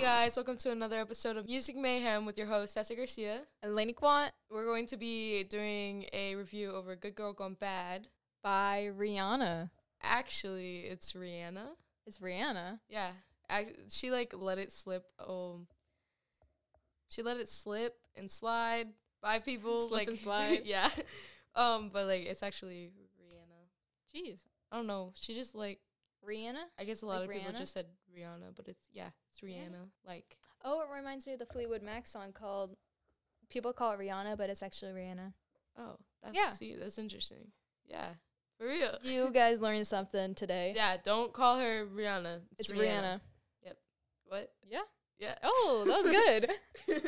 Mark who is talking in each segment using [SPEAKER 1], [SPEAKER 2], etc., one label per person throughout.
[SPEAKER 1] guys, welcome to another episode of Music Mayhem with your host, Tessa Garcia.
[SPEAKER 2] and Lainey Quant
[SPEAKER 1] We're going to be doing a review over Good Girl Gone Bad.
[SPEAKER 2] by Rihanna.
[SPEAKER 1] Actually, it's Rihanna.
[SPEAKER 2] It's Rihanna.
[SPEAKER 1] Yeah. I, she like let it slip. Um, she let it slip and slide by people.
[SPEAKER 2] Slip
[SPEAKER 1] like,
[SPEAKER 2] and slide.
[SPEAKER 1] yeah. Um, but like it's actually Rihanna.
[SPEAKER 2] Jeez.
[SPEAKER 1] I don't know. She just like
[SPEAKER 2] Rihanna?
[SPEAKER 1] I guess a lot
[SPEAKER 2] Like
[SPEAKER 1] of people
[SPEAKER 2] Rihanna?
[SPEAKER 1] just said Rihanna, but it's yeah, it's Rihanna. Like
[SPEAKER 2] Oh, it reminds me of the Fleetwood Mac song called People Call It Rihanna, but it's actually Rihanna.
[SPEAKER 1] oh, that's
[SPEAKER 2] Yeah.
[SPEAKER 1] see, that's interesting. Yeah. For real.
[SPEAKER 2] You guys learned something today.
[SPEAKER 1] Yeah, don't call her Rihanna.
[SPEAKER 2] It's Rihanna.
[SPEAKER 1] What?
[SPEAKER 2] Yeah.
[SPEAKER 1] Yeah.
[SPEAKER 2] Oh, that was good.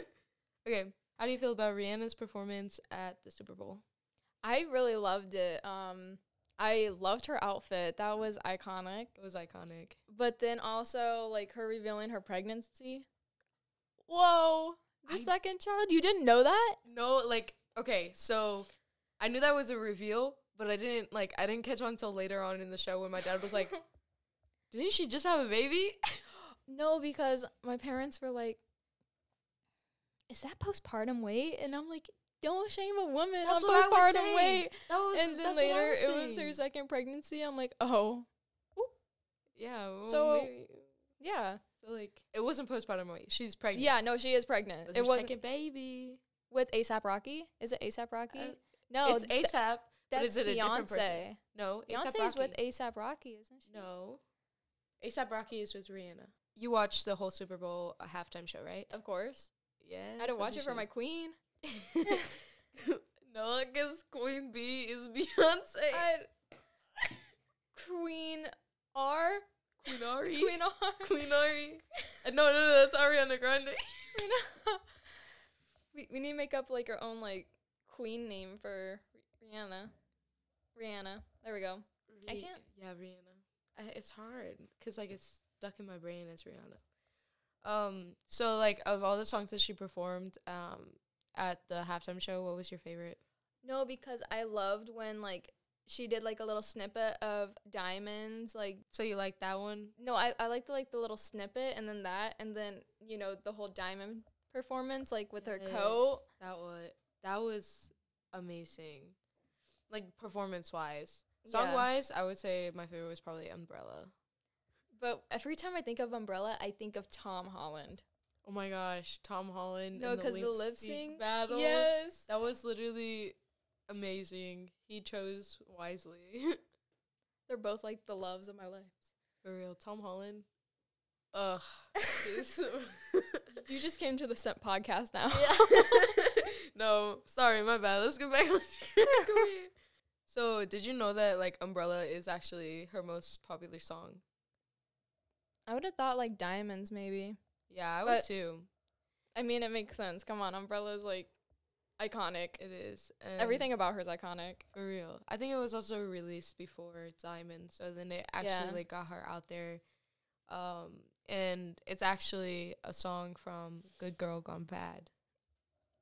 [SPEAKER 1] okay. How do you feel about Rihanna's performance at the Super Bowl?
[SPEAKER 2] I really loved it. Um I loved her outfit. That was iconic.
[SPEAKER 1] It was iconic.
[SPEAKER 2] But then also like her revealing her pregnancy. Whoa. The
[SPEAKER 1] I-
[SPEAKER 2] second child? You didn't know that?
[SPEAKER 1] No, like okay, so I knew that was a reveal, but I didn't like I didn't catch on until later on in the show when my dad was like, "Didn't she just have a baby?"
[SPEAKER 2] No, because my parents were like, "Is that postpartum weight?" And I'm like, "Don't shame a woman
[SPEAKER 1] That's
[SPEAKER 2] on
[SPEAKER 1] what I was
[SPEAKER 2] postpartum
[SPEAKER 1] saying.
[SPEAKER 2] weight."
[SPEAKER 1] That was
[SPEAKER 2] and then
[SPEAKER 1] that's what I
[SPEAKER 2] later,
[SPEAKER 1] was
[SPEAKER 2] it was
[SPEAKER 1] saying.
[SPEAKER 2] her second pregnancy. I'm like, "Oh,
[SPEAKER 1] Yeah. Well,
[SPEAKER 2] So-
[SPEAKER 1] maybe,
[SPEAKER 2] yeah,
[SPEAKER 1] so like it wasn't postpartum weight. She's pregnant.
[SPEAKER 2] yeah. No, she is pregnant.
[SPEAKER 1] It
[SPEAKER 2] it
[SPEAKER 1] was her
[SPEAKER 2] wasn't
[SPEAKER 1] second baby.
[SPEAKER 2] with ASAP Rocky. Is it ASAP Rocky?
[SPEAKER 1] Uh,
[SPEAKER 2] no,
[SPEAKER 1] it's
[SPEAKER 2] th-
[SPEAKER 1] ASAP. but
[SPEAKER 2] That's
[SPEAKER 1] is it a different person?
[SPEAKER 2] Beyonce.
[SPEAKER 1] No, ASAP
[SPEAKER 2] Beyonce is with
[SPEAKER 1] Rocky.
[SPEAKER 2] ASAP Rocky, isn't she?
[SPEAKER 1] No. ASAP Rocky is with Rihanna. You watched the whole Super Bowl uh, halftime show, right?
[SPEAKER 2] Of course.
[SPEAKER 1] Yeah.
[SPEAKER 2] I had to watch it for my queen.
[SPEAKER 1] no, because Queen B is Beyonce.
[SPEAKER 2] I- queen R.
[SPEAKER 1] Queen Ari.
[SPEAKER 2] Queen R.
[SPEAKER 1] Queen Ari. Uh, no, no, no, that's Ariana Grande.
[SPEAKER 2] We know. we we need to make up like our own like queen name for Rihanna. Rihanna. There we go. I
[SPEAKER 1] Ri-
[SPEAKER 2] can't-
[SPEAKER 1] Yeah, Rihanna. I, it's hard because like it's stuck in my brain as Rihanna. Um. So like, of all the songs that she performed, um, at the halftime show, what was your favorite?
[SPEAKER 2] No, because I loved when like she did like a little snippet of diamonds. Like
[SPEAKER 1] So you like that one?
[SPEAKER 2] no, I I liked the, like the little snippet and then that and then you know the whole diamond performance like with her coat.
[SPEAKER 1] Yes, That was that was amazing. Like performance wise. Song
[SPEAKER 2] Yeah.
[SPEAKER 1] wise, I would say my favorite was probably Umbrella.
[SPEAKER 2] But every time I think of Umbrella, I think of Tom Holland.
[SPEAKER 1] Oh my gosh, Tom Holland.
[SPEAKER 2] No,
[SPEAKER 1] and
[SPEAKER 2] 'cause the lip
[SPEAKER 1] lip-sync
[SPEAKER 2] sync-
[SPEAKER 1] battle.
[SPEAKER 2] Yes.
[SPEAKER 1] That was literally amazing. He chose wisely.
[SPEAKER 2] They're both like the loves of my lives.
[SPEAKER 1] For real. Tom Holland. Ugh. this-
[SPEAKER 2] you just came to the scent podcast now.
[SPEAKER 1] Yeah. no, sorry, my bad. Let's get back on track. Come here. So, did you know that like Umbrella is actually her most popular song?
[SPEAKER 2] I would have thought like diamonds, maybe.
[SPEAKER 1] Yeah, I would
[SPEAKER 2] But-
[SPEAKER 1] too.
[SPEAKER 2] I mean, it makes sense. Come on, Umbrella's like iconic.
[SPEAKER 1] It is and
[SPEAKER 2] Everything about her is iconic.
[SPEAKER 1] for real. I think it was also released before Diamond, so then it actually
[SPEAKER 2] Yeah.
[SPEAKER 1] like got her out there. Um, and it's actually a song from Good Girl Gone Bad.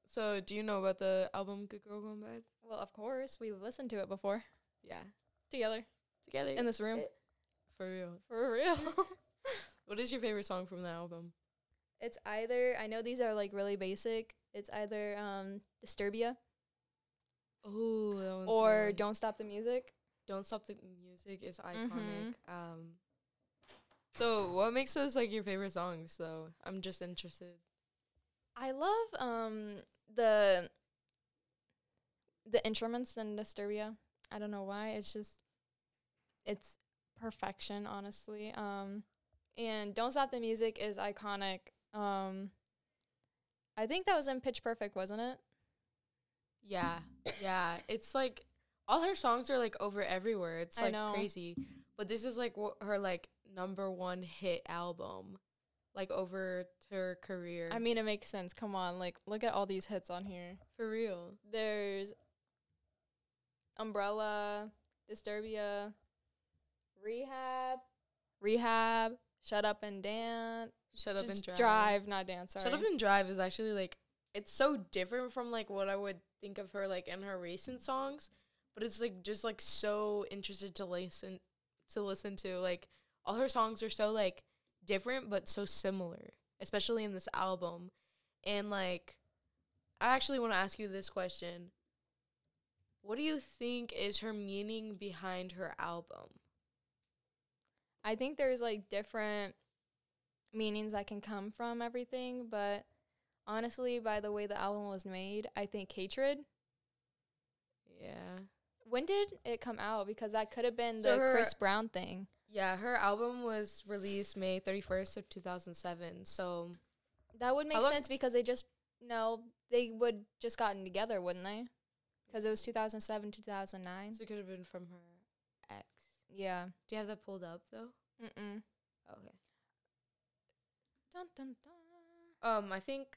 [SPEAKER 1] So, do you know about the album Good Girl Gone Bad?
[SPEAKER 2] Well, of course, we listened to it before
[SPEAKER 1] Yeah,
[SPEAKER 2] together
[SPEAKER 1] together
[SPEAKER 2] in this room
[SPEAKER 1] for real.
[SPEAKER 2] for real.
[SPEAKER 1] What is your favorite song from the album?
[SPEAKER 2] it's either I know these are like really basic. It's either um Disturbia
[SPEAKER 1] Oh, that one's a good
[SPEAKER 2] or
[SPEAKER 1] one.
[SPEAKER 2] Don't Stop the Music.
[SPEAKER 1] Don't Stop the Music is iconic.
[SPEAKER 2] Mhm.
[SPEAKER 1] Um, so what makes those like your favorite songs though? I'm just interested.
[SPEAKER 2] I love um the the instruments in Disturbia. I don't know why. It's just it's perfection, honestly. Um and Don't Stop the Music is iconic. Um I think that was in Pitch Perfect, wasn't it?
[SPEAKER 1] Yeah, yeah. It's like all her songs are like over everywhere. It's
[SPEAKER 2] I
[SPEAKER 1] like
[SPEAKER 2] know.
[SPEAKER 1] crazy. But this is like wh- her like number one hit album, like over to her career.
[SPEAKER 2] I mean it makes sense. Come on, like look at all these hits on here.
[SPEAKER 1] for real.
[SPEAKER 2] There's Umbrella, Disturbia, Rehab, Rehab, Shut Up and Dance.
[SPEAKER 1] Shut up and
[SPEAKER 2] Just
[SPEAKER 1] drive.
[SPEAKER 2] not dance. Sorry.
[SPEAKER 1] Shut up and drive is actually like it's so different from like what I would think of her like in her recent songs, but it's like just like so interested to listen to listen to like all her songs are so like different but so similar. especially in this album. And like, I actually want to ask you this question. What do you think is her meaning behind her album?
[SPEAKER 2] I think there's like different meanings that can come from everything, but honestly, by the way the album was made, I think hatred.
[SPEAKER 1] Yeah.
[SPEAKER 2] When did it come out? Because that could have been
[SPEAKER 1] So
[SPEAKER 2] the
[SPEAKER 1] her-
[SPEAKER 2] Chris Brown thing.
[SPEAKER 1] Yeah, her album was released May 31st of 2007. So,
[SPEAKER 2] That would make
[SPEAKER 1] long-
[SPEAKER 2] sense because they just no, they would just gotten together, wouldn't they? Because it was 2007, 2009.
[SPEAKER 1] so it could have been from her ex.
[SPEAKER 2] Yeah.
[SPEAKER 1] Do you have that pulled up though?
[SPEAKER 2] Mm-mm.
[SPEAKER 1] Okay.
[SPEAKER 2] Dun, dun, dun.
[SPEAKER 1] Um, I think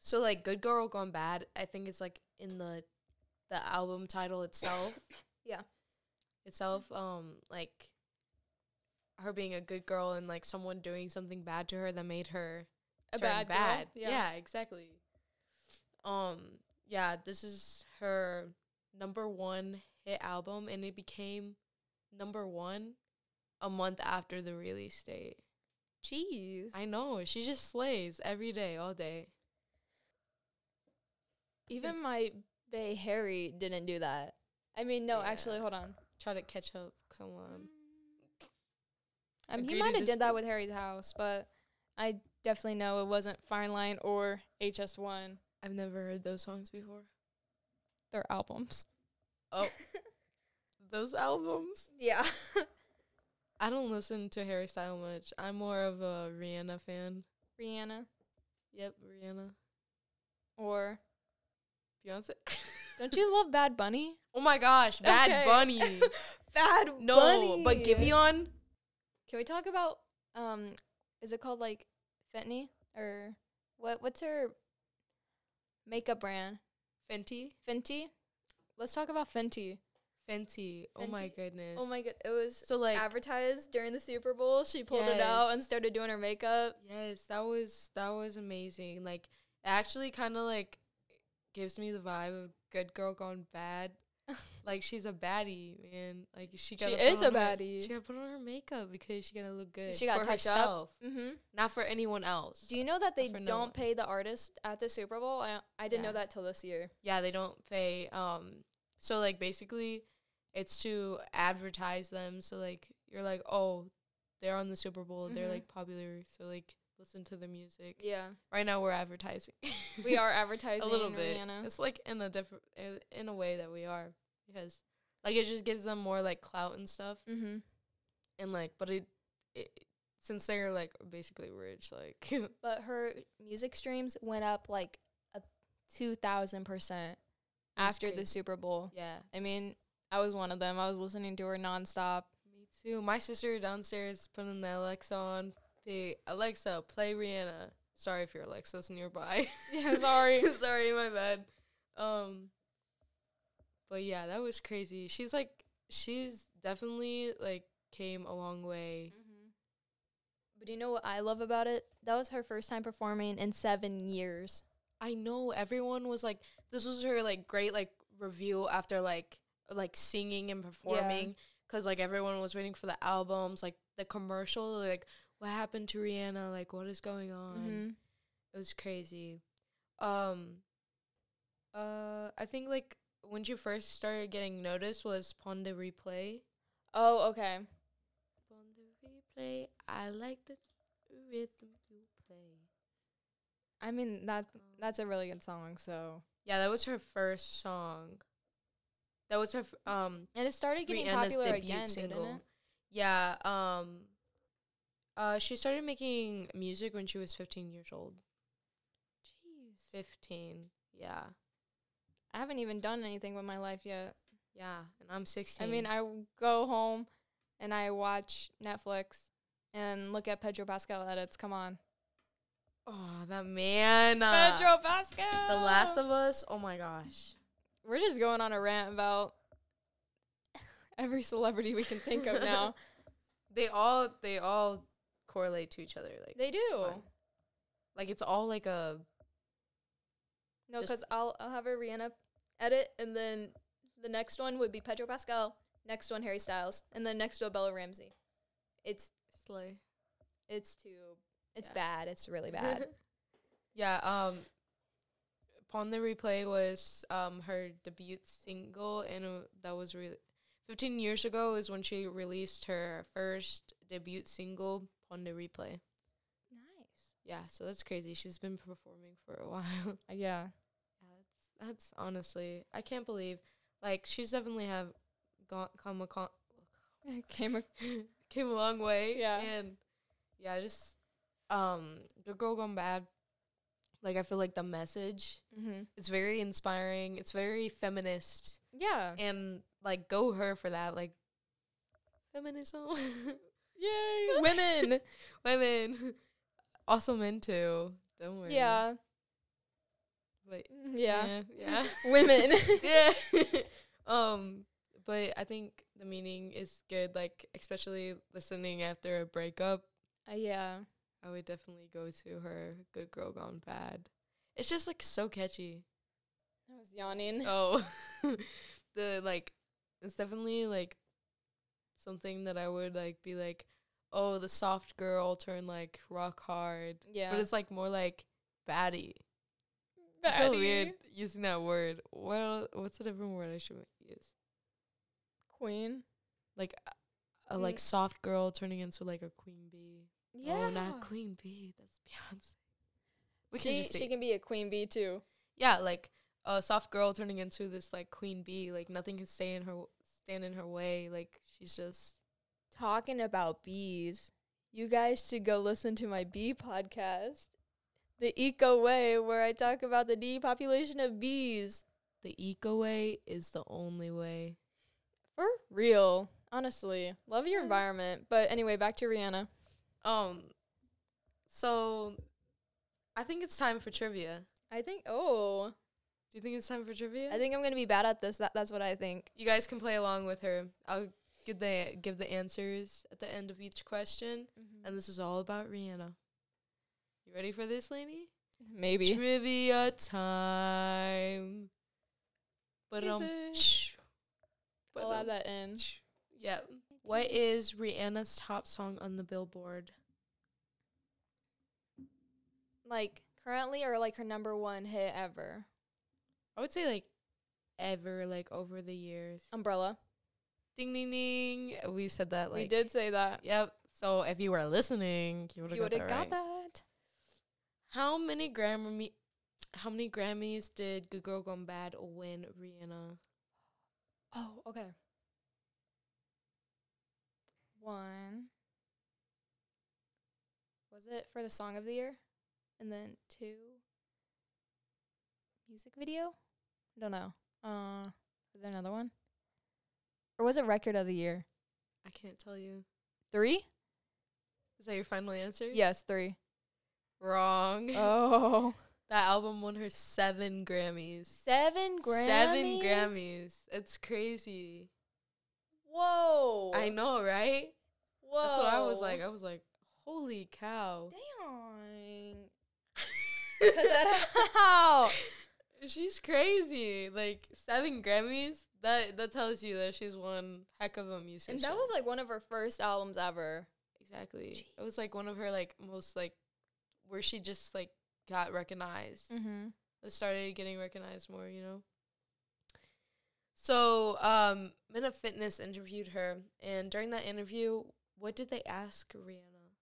[SPEAKER 1] so. Like "Good Girl Gone Bad," I think it's like in the the album title itself.
[SPEAKER 2] Yeah.
[SPEAKER 1] Itself, um, like her being a good girl and like someone doing something bad to her that made her
[SPEAKER 2] A
[SPEAKER 1] turn
[SPEAKER 2] bad, girl?
[SPEAKER 1] bad.
[SPEAKER 2] Yeah.
[SPEAKER 1] yeah, exactly. Um, yeah, this is her number one hit album, and it became number one a month after the release date.
[SPEAKER 2] Jeez.
[SPEAKER 1] I know. She just slays every day, all day.
[SPEAKER 2] Even my Bay Harry didn't do that. I mean, no, actually,
[SPEAKER 1] Yeah.
[SPEAKER 2] hold on.
[SPEAKER 1] Try to catch up. Come on.
[SPEAKER 2] Um,
[SPEAKER 1] Agree
[SPEAKER 2] he
[SPEAKER 1] to
[SPEAKER 2] might have did that
[SPEAKER 1] disagree.
[SPEAKER 2] with Harry's house, but I definitely know it wasn't Fine Line or HS1.
[SPEAKER 1] I've never heard those songs before.
[SPEAKER 2] Their albums.
[SPEAKER 1] Oh. those albums?
[SPEAKER 2] Yeah.
[SPEAKER 1] I don't listen to Harry Style much. I'm more of a Rihanna fan.
[SPEAKER 2] Rihanna
[SPEAKER 1] Yep, Rihanna.
[SPEAKER 2] or
[SPEAKER 1] Beyonce.
[SPEAKER 2] don't you love Bad Bunny?
[SPEAKER 1] Oh my gosh, Bad
[SPEAKER 2] Okay.
[SPEAKER 1] Bunny.
[SPEAKER 2] Bad
[SPEAKER 1] No, but Giveon.
[SPEAKER 2] Can we talk about um? Is it called like Fentany or what? What's her makeup brand?
[SPEAKER 1] Fenty.
[SPEAKER 2] Fenty. Let's talk about Fenty.
[SPEAKER 1] Fenty. Oh my
[SPEAKER 2] Fenty.
[SPEAKER 1] goodness.
[SPEAKER 2] Oh my god, it was
[SPEAKER 1] So like
[SPEAKER 2] advertised during the Super Bowl. She pulled it out and
[SPEAKER 1] Yes.
[SPEAKER 2] started doing her makeup.
[SPEAKER 1] Yes, that was that was amazing. Like it actually kind of like gives me the vibe of good girl gone bad. like she's a baddie, man. Like she got
[SPEAKER 2] is a baddie.
[SPEAKER 1] she gotta put on her makeup because she gotta look good.
[SPEAKER 2] she gotta
[SPEAKER 1] for
[SPEAKER 2] touch up.
[SPEAKER 1] herself,
[SPEAKER 2] Mm-hmm.
[SPEAKER 1] not for anyone else.
[SPEAKER 2] Do you know that they
[SPEAKER 1] for no
[SPEAKER 2] don't
[SPEAKER 1] one.
[SPEAKER 2] pay the artist at the Super Bowl? I I didn't
[SPEAKER 1] Yeah.
[SPEAKER 2] know that till this year.
[SPEAKER 1] yeah, they don't pay. Um, so like basically, it's to advertise them. So like you're like, oh, they're on the Super Bowl. They're
[SPEAKER 2] Mhm.
[SPEAKER 1] like popular. So like listen to the music.
[SPEAKER 2] Yeah,
[SPEAKER 1] Right now we're advertising.
[SPEAKER 2] we are advertising
[SPEAKER 1] a little bit.
[SPEAKER 2] Rihanna.
[SPEAKER 1] It's like in a different, in a way that we are because like it just gives them more like clout and stuff,
[SPEAKER 2] Mm-hmm.
[SPEAKER 1] and like, but it, it since they're like basically rich, like
[SPEAKER 2] But her music streams went up like a two thousand percent
[SPEAKER 1] That's
[SPEAKER 2] after the
[SPEAKER 1] crazy.
[SPEAKER 2] Super Bowl.
[SPEAKER 1] yeah.
[SPEAKER 2] I mean, I was one of them. I was listening to her nonstop.
[SPEAKER 1] me too. My sister downstairs putting the Alexa on. Hey Alexa, play Rihanna. Sorry if your Alexa's nearby.
[SPEAKER 2] Yeah, sorry.
[SPEAKER 1] sorry, my bad. Um, but yeah, that was crazy. She's like, she's definitely like came a long way.
[SPEAKER 2] Mm-hmm. But do you know what I love about it? That was her first time performing in seven years.
[SPEAKER 1] I know everyone was like this was her like great like review after like like singing and performing cuz like everyone was waiting for the albums like the commercial like what happened to Rihanna like what is going on
[SPEAKER 2] Mhm.
[SPEAKER 1] it was crazy um uh I think like when she first started getting noticed was Pon de Replay
[SPEAKER 2] Oh, okay.
[SPEAKER 1] Pon de Replay I like the rhythm you play Um,
[SPEAKER 2] I mean that that's a really good song. So
[SPEAKER 1] Yeah, that was her first song. That was her f- um
[SPEAKER 2] and it started getting
[SPEAKER 1] Rihanna's
[SPEAKER 2] popular
[SPEAKER 1] debut
[SPEAKER 2] again,
[SPEAKER 1] single.
[SPEAKER 2] didn't it?
[SPEAKER 1] Yeah, um uh she started making music when she was 15 years old.
[SPEAKER 2] Jeez,
[SPEAKER 1] 15. Yeah.
[SPEAKER 2] I haven't even done anything with my life yet.
[SPEAKER 1] Yeah, and I'm 16.
[SPEAKER 2] I mean, I w- go home and I watch Netflix and look at Pedro Pascal edits. Come on,
[SPEAKER 1] Oh, that man. uh,
[SPEAKER 2] Pedro Pascal.
[SPEAKER 1] The Last of Us. Oh my gosh.
[SPEAKER 2] We're just going on a rant about every celebrity we can think of now.
[SPEAKER 1] They all they all correlate to each other like
[SPEAKER 2] They do.
[SPEAKER 1] fun. like it's all like a
[SPEAKER 2] No,
[SPEAKER 1] Just-
[SPEAKER 2] because I'll I'll have a Rihanna edit, and then the next one would be Pedro Pascal. Next one Harry Styles, and then next to Bella Ramsey. It's
[SPEAKER 1] slay.
[SPEAKER 2] it's too It's
[SPEAKER 1] Yeah.
[SPEAKER 2] bad. It's really bad.
[SPEAKER 1] yeah. Um, upon the replay was um her debut single, and uh, that was really fifteen years ago is when she released her first debut single, Upon the Replay.
[SPEAKER 2] nice.
[SPEAKER 1] Yeah, so that's crazy. She's been performing for a while.
[SPEAKER 2] Uh, yeah.
[SPEAKER 1] that's, that's honestly, I can't believe. Like, she's definitely have gone come a con-
[SPEAKER 2] Came ac-
[SPEAKER 1] came a long way.
[SPEAKER 2] Yeah.
[SPEAKER 1] And yeah, just um Good Girl Gone Bad. Like I feel like the message
[SPEAKER 2] mhm.
[SPEAKER 1] it's very inspiring. It's very feminist.
[SPEAKER 2] Yeah.
[SPEAKER 1] And like go her for that. Like feminism.
[SPEAKER 2] Yay. Women.
[SPEAKER 1] Women. Also men too. Don't worry.
[SPEAKER 2] yeah.
[SPEAKER 1] But
[SPEAKER 2] Mm-hmm. Yeah.
[SPEAKER 1] Yeah.
[SPEAKER 2] Women.
[SPEAKER 1] Yeah. yeah. um but I think the meaning is good, like especially listening after a breakup.
[SPEAKER 2] Uh, yeah.
[SPEAKER 1] I would definitely go to her Good Girl Gone Bad. It's just like so catchy.
[SPEAKER 2] I was yawning.
[SPEAKER 1] Oh, the like, it's definitely like something that I would like be like, oh, the soft girl turned like rock hard.
[SPEAKER 2] yeah.
[SPEAKER 1] But it's like more like baddie. I feel
[SPEAKER 2] Baddie.
[SPEAKER 1] weird using that word. What el- what's a different word I should use?
[SPEAKER 2] Queen.
[SPEAKER 1] Like uh, a, a like
[SPEAKER 2] Mm.
[SPEAKER 1] soft girl turning into like a queen bee.
[SPEAKER 2] Yeah.
[SPEAKER 1] Oh, not queen bee. That's Beyonce. We can
[SPEAKER 2] she
[SPEAKER 1] just say
[SPEAKER 2] she can be a queen bee too.
[SPEAKER 1] yeah, like a soft girl turning into this like queen bee, like nothing can stay in her stand in her way. Like she's just
[SPEAKER 2] Talking about bees, you guys should go listen to my bee podcast, The Eco Way, where I talk about the depopulation of bees.
[SPEAKER 1] the eco way is the only way.
[SPEAKER 2] For real. Honestly, love your
[SPEAKER 1] Yeah.
[SPEAKER 2] environment. But anyway, back to Rihanna.
[SPEAKER 1] Um so I think it's time for trivia.
[SPEAKER 2] I think, oh,
[SPEAKER 1] Do you think it's time for trivia?
[SPEAKER 2] I think I'm going to be bad at this. That, that's what I think.
[SPEAKER 1] you guys can play along with her. I'll give the give the answers at the end of each question.
[SPEAKER 2] Mm-hmm.
[SPEAKER 1] And this is all about Rihanna. You ready for this, lady?
[SPEAKER 2] Maybe.
[SPEAKER 1] Trivia time. But um
[SPEAKER 2] Music.
[SPEAKER 1] But,
[SPEAKER 2] I'll
[SPEAKER 1] um,
[SPEAKER 2] add that in.
[SPEAKER 1] Yeah. What is Rihanna's top song on the Billboard?
[SPEAKER 2] Like currently or like her number one hit ever?
[SPEAKER 1] I would say like ever, like over the years.
[SPEAKER 2] Umbrella.
[SPEAKER 1] ding ding ding. We said that like
[SPEAKER 2] we did say that.
[SPEAKER 1] Yep. So if you were listening, you would have
[SPEAKER 2] You
[SPEAKER 1] got,
[SPEAKER 2] would have
[SPEAKER 1] that,
[SPEAKER 2] got
[SPEAKER 1] right.
[SPEAKER 2] that.
[SPEAKER 1] How many Grammy how many Grammys did Good Girl Gone Bad win Rihanna?
[SPEAKER 2] Oh, okay. One. Was it for the song of the year? And then two. Music video? I don't know. Uh, was there another one? Or was it record of the year?
[SPEAKER 1] I can't tell you.
[SPEAKER 2] Three?
[SPEAKER 1] Is that your final answer?
[SPEAKER 2] Yes, three.
[SPEAKER 1] Wrong.
[SPEAKER 2] Oh.
[SPEAKER 1] That album won her seven Grammys.
[SPEAKER 2] Seven Grammys.
[SPEAKER 1] Seven Grammys. It's crazy.
[SPEAKER 2] Whoa.
[SPEAKER 1] I know, right?
[SPEAKER 2] Whoa.
[SPEAKER 1] That's what I was like. oh. I was like, holy cow.
[SPEAKER 2] Dang. Cut that out.
[SPEAKER 1] She's crazy. Like seven Grammys. That that tells you that she's one heck of a musician.
[SPEAKER 2] And that was like one of her first albums ever.
[SPEAKER 1] exactly. It was like one of her like most like where she just like got recognized.
[SPEAKER 2] Mm-hmm.
[SPEAKER 1] Started getting recognized more. You know. So um, Men of Fitness interviewed her, and during that interview, what did they ask Rihanna?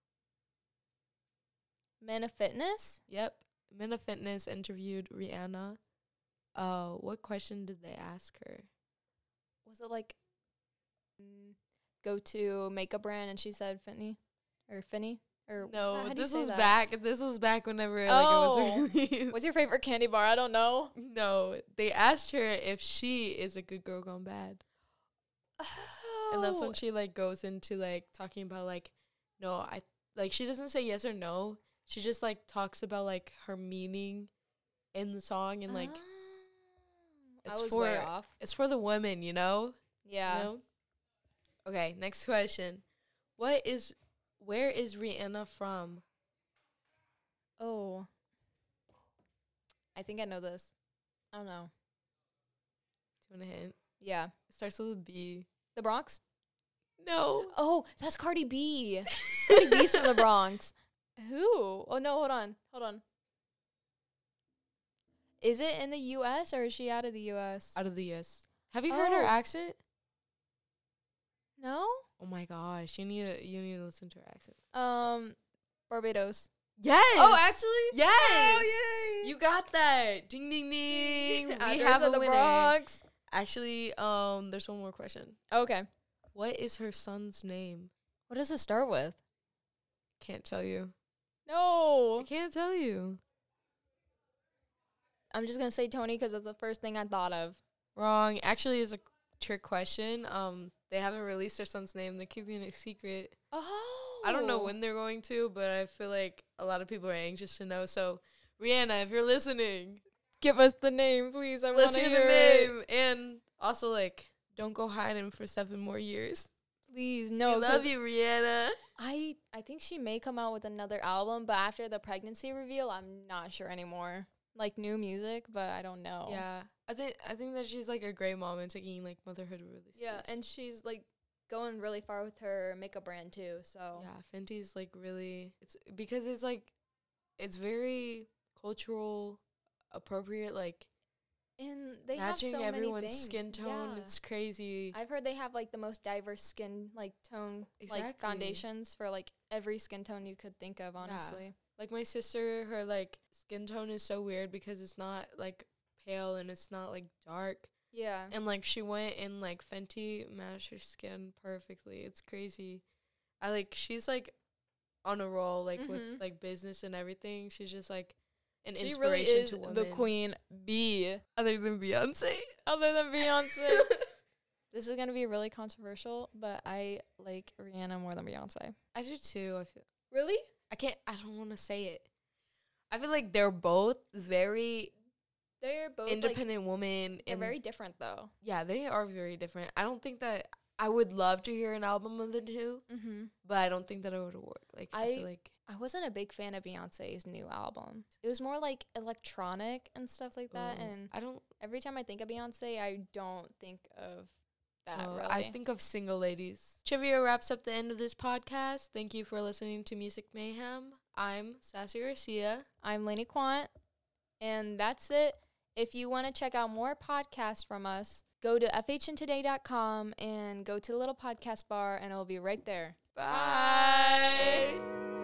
[SPEAKER 2] Men of Fitness.
[SPEAKER 1] Yep. Men of Fitness interviewed Rihanna. Uh, what question did they ask her?
[SPEAKER 2] Was it like mm, go to makeup brand? And she said Finny or Finny or
[SPEAKER 1] No,
[SPEAKER 2] how do you
[SPEAKER 1] this
[SPEAKER 2] say
[SPEAKER 1] is
[SPEAKER 2] that?
[SPEAKER 1] back. This is back whenever like it
[SPEAKER 2] Oh.
[SPEAKER 1] was released.
[SPEAKER 2] What's your favorite candy bar? I don't know.
[SPEAKER 1] No, they asked her if she is a good girl gone bad, and that's
[SPEAKER 2] Oh.
[SPEAKER 1] when she like goes into like talking about like, no, I like she doesn't say yes or no. She just like talks about like her meaning in the song and like
[SPEAKER 2] I
[SPEAKER 1] it's
[SPEAKER 2] Oh. was way
[SPEAKER 1] for-
[SPEAKER 2] off.
[SPEAKER 1] it's for the women, you know.
[SPEAKER 2] Yeah.
[SPEAKER 1] You know? Okay, next question. What is where is Rihanna from?
[SPEAKER 2] Oh. I think I know this. I don't know.
[SPEAKER 1] Do you want a hint?
[SPEAKER 2] Yeah.
[SPEAKER 1] It starts with a B.
[SPEAKER 2] The Bronx?
[SPEAKER 1] No.
[SPEAKER 2] Oh, that's Cardi B. Cardi B's from the Bronx. Who? Oh no, hold on. Hold on. Is it in the US or is she out of the US?
[SPEAKER 1] out of the US. Have you heard her
[SPEAKER 2] Oh.
[SPEAKER 1] accent?
[SPEAKER 2] No?
[SPEAKER 1] Oh my gosh, you need to, you need to listen to her accent.
[SPEAKER 2] Um Barbados.
[SPEAKER 1] Yes.
[SPEAKER 2] Oh, actually?
[SPEAKER 1] Yes.
[SPEAKER 2] Oh, yay.
[SPEAKER 1] You got that. Ding ding ding. we
[SPEAKER 2] Address
[SPEAKER 1] have
[SPEAKER 2] of
[SPEAKER 1] a
[SPEAKER 2] the
[SPEAKER 1] winner.
[SPEAKER 2] Bronx.
[SPEAKER 1] Actually, um, there's one more question.
[SPEAKER 2] Okay.
[SPEAKER 1] What is her son's name?
[SPEAKER 2] What does it start with?
[SPEAKER 1] Can't tell you. I
[SPEAKER 2] No.
[SPEAKER 1] can't tell you.
[SPEAKER 2] I'm just going to say Tony cuz that's the first thing I thought of.
[SPEAKER 1] Wrong. Actually, it's a trick question. Um, they haven't released their son's name. They're keeping it a secret.
[SPEAKER 2] Oh.
[SPEAKER 1] I don't know when they're going to, but I feel like a lot of people are anxious to know. So, Rihanna, if you're listening,
[SPEAKER 2] Give us the name, please. I want
[SPEAKER 1] let's
[SPEAKER 2] to
[SPEAKER 1] hear
[SPEAKER 2] hear
[SPEAKER 1] the
[SPEAKER 2] it.
[SPEAKER 1] name. And also, like, don't go hiding for seven more years.
[SPEAKER 2] Please.
[SPEAKER 1] We
[SPEAKER 2] No. 'cause
[SPEAKER 1] love you, Rihanna.
[SPEAKER 2] I I think she may come out with another album, but after the pregnancy reveal, I'm not sure anymore. Like new music, but I don't know.
[SPEAKER 1] Yeah, I think I think that she's like a great mom and taking like motherhood really.
[SPEAKER 2] Yeah,
[SPEAKER 1] serious.
[SPEAKER 2] and she's like going really far with her makeup brand too. So
[SPEAKER 1] yeah, Fenty's like really it's because it's like it's very cultural appropriate like
[SPEAKER 2] and they
[SPEAKER 1] matching
[SPEAKER 2] have so
[SPEAKER 1] everyone's
[SPEAKER 2] many things.
[SPEAKER 1] skin tone.
[SPEAKER 2] Yeah.
[SPEAKER 1] It's crazy.
[SPEAKER 2] I've heard they have like the most diverse skin like tone like
[SPEAKER 1] Exactly.
[SPEAKER 2] foundations for like every skin tone you could think of, honestly.
[SPEAKER 1] like my sister, her like skin tone is so weird because it's not like pale and it's not like dark.
[SPEAKER 2] Yeah.
[SPEAKER 1] And like she went and like Fenty matched her skin perfectly. It's crazy. I like she's like on a roll like
[SPEAKER 2] Mhm.
[SPEAKER 1] with like business and everything. She's just like an
[SPEAKER 2] she really
[SPEAKER 1] inspiration
[SPEAKER 2] is
[SPEAKER 1] to women.
[SPEAKER 2] the queen bee
[SPEAKER 1] other than Beyonce.
[SPEAKER 2] other than Beyonce. This is gonna be really controversial, but I like Rihanna more than Beyonce.
[SPEAKER 1] I do too. I feel
[SPEAKER 2] Really?
[SPEAKER 1] I can't. I don't want to say it. I feel like they're both very
[SPEAKER 2] They're both Like,
[SPEAKER 1] independent women,
[SPEAKER 2] they're
[SPEAKER 1] and
[SPEAKER 2] very different though.
[SPEAKER 1] yeah, they are very different. I don't think that I would love to hear an album of the two,
[SPEAKER 2] Mm-hmm.
[SPEAKER 1] but I don't think that it would work. Like I,
[SPEAKER 2] I-
[SPEAKER 1] feel like
[SPEAKER 2] I wasn't a big fan of Beyonce's new album. It was more like electronic and stuff like that.
[SPEAKER 1] ooh,
[SPEAKER 2] And
[SPEAKER 1] um, I don't.
[SPEAKER 2] every time I think of Beyonce, I don't think of that.
[SPEAKER 1] know.
[SPEAKER 2] really.
[SPEAKER 1] Oh, I think of single ladies. Trivia wraps up the end of this podcast. Thank you for listening to Music Mayhem. I'm Sassy Garcia.
[SPEAKER 2] I'm Lainey Quant, and that's it. If you want to check out more podcasts from us, go to fhntoday.com and go to the little podcast bar, and it'll be right there. Bye.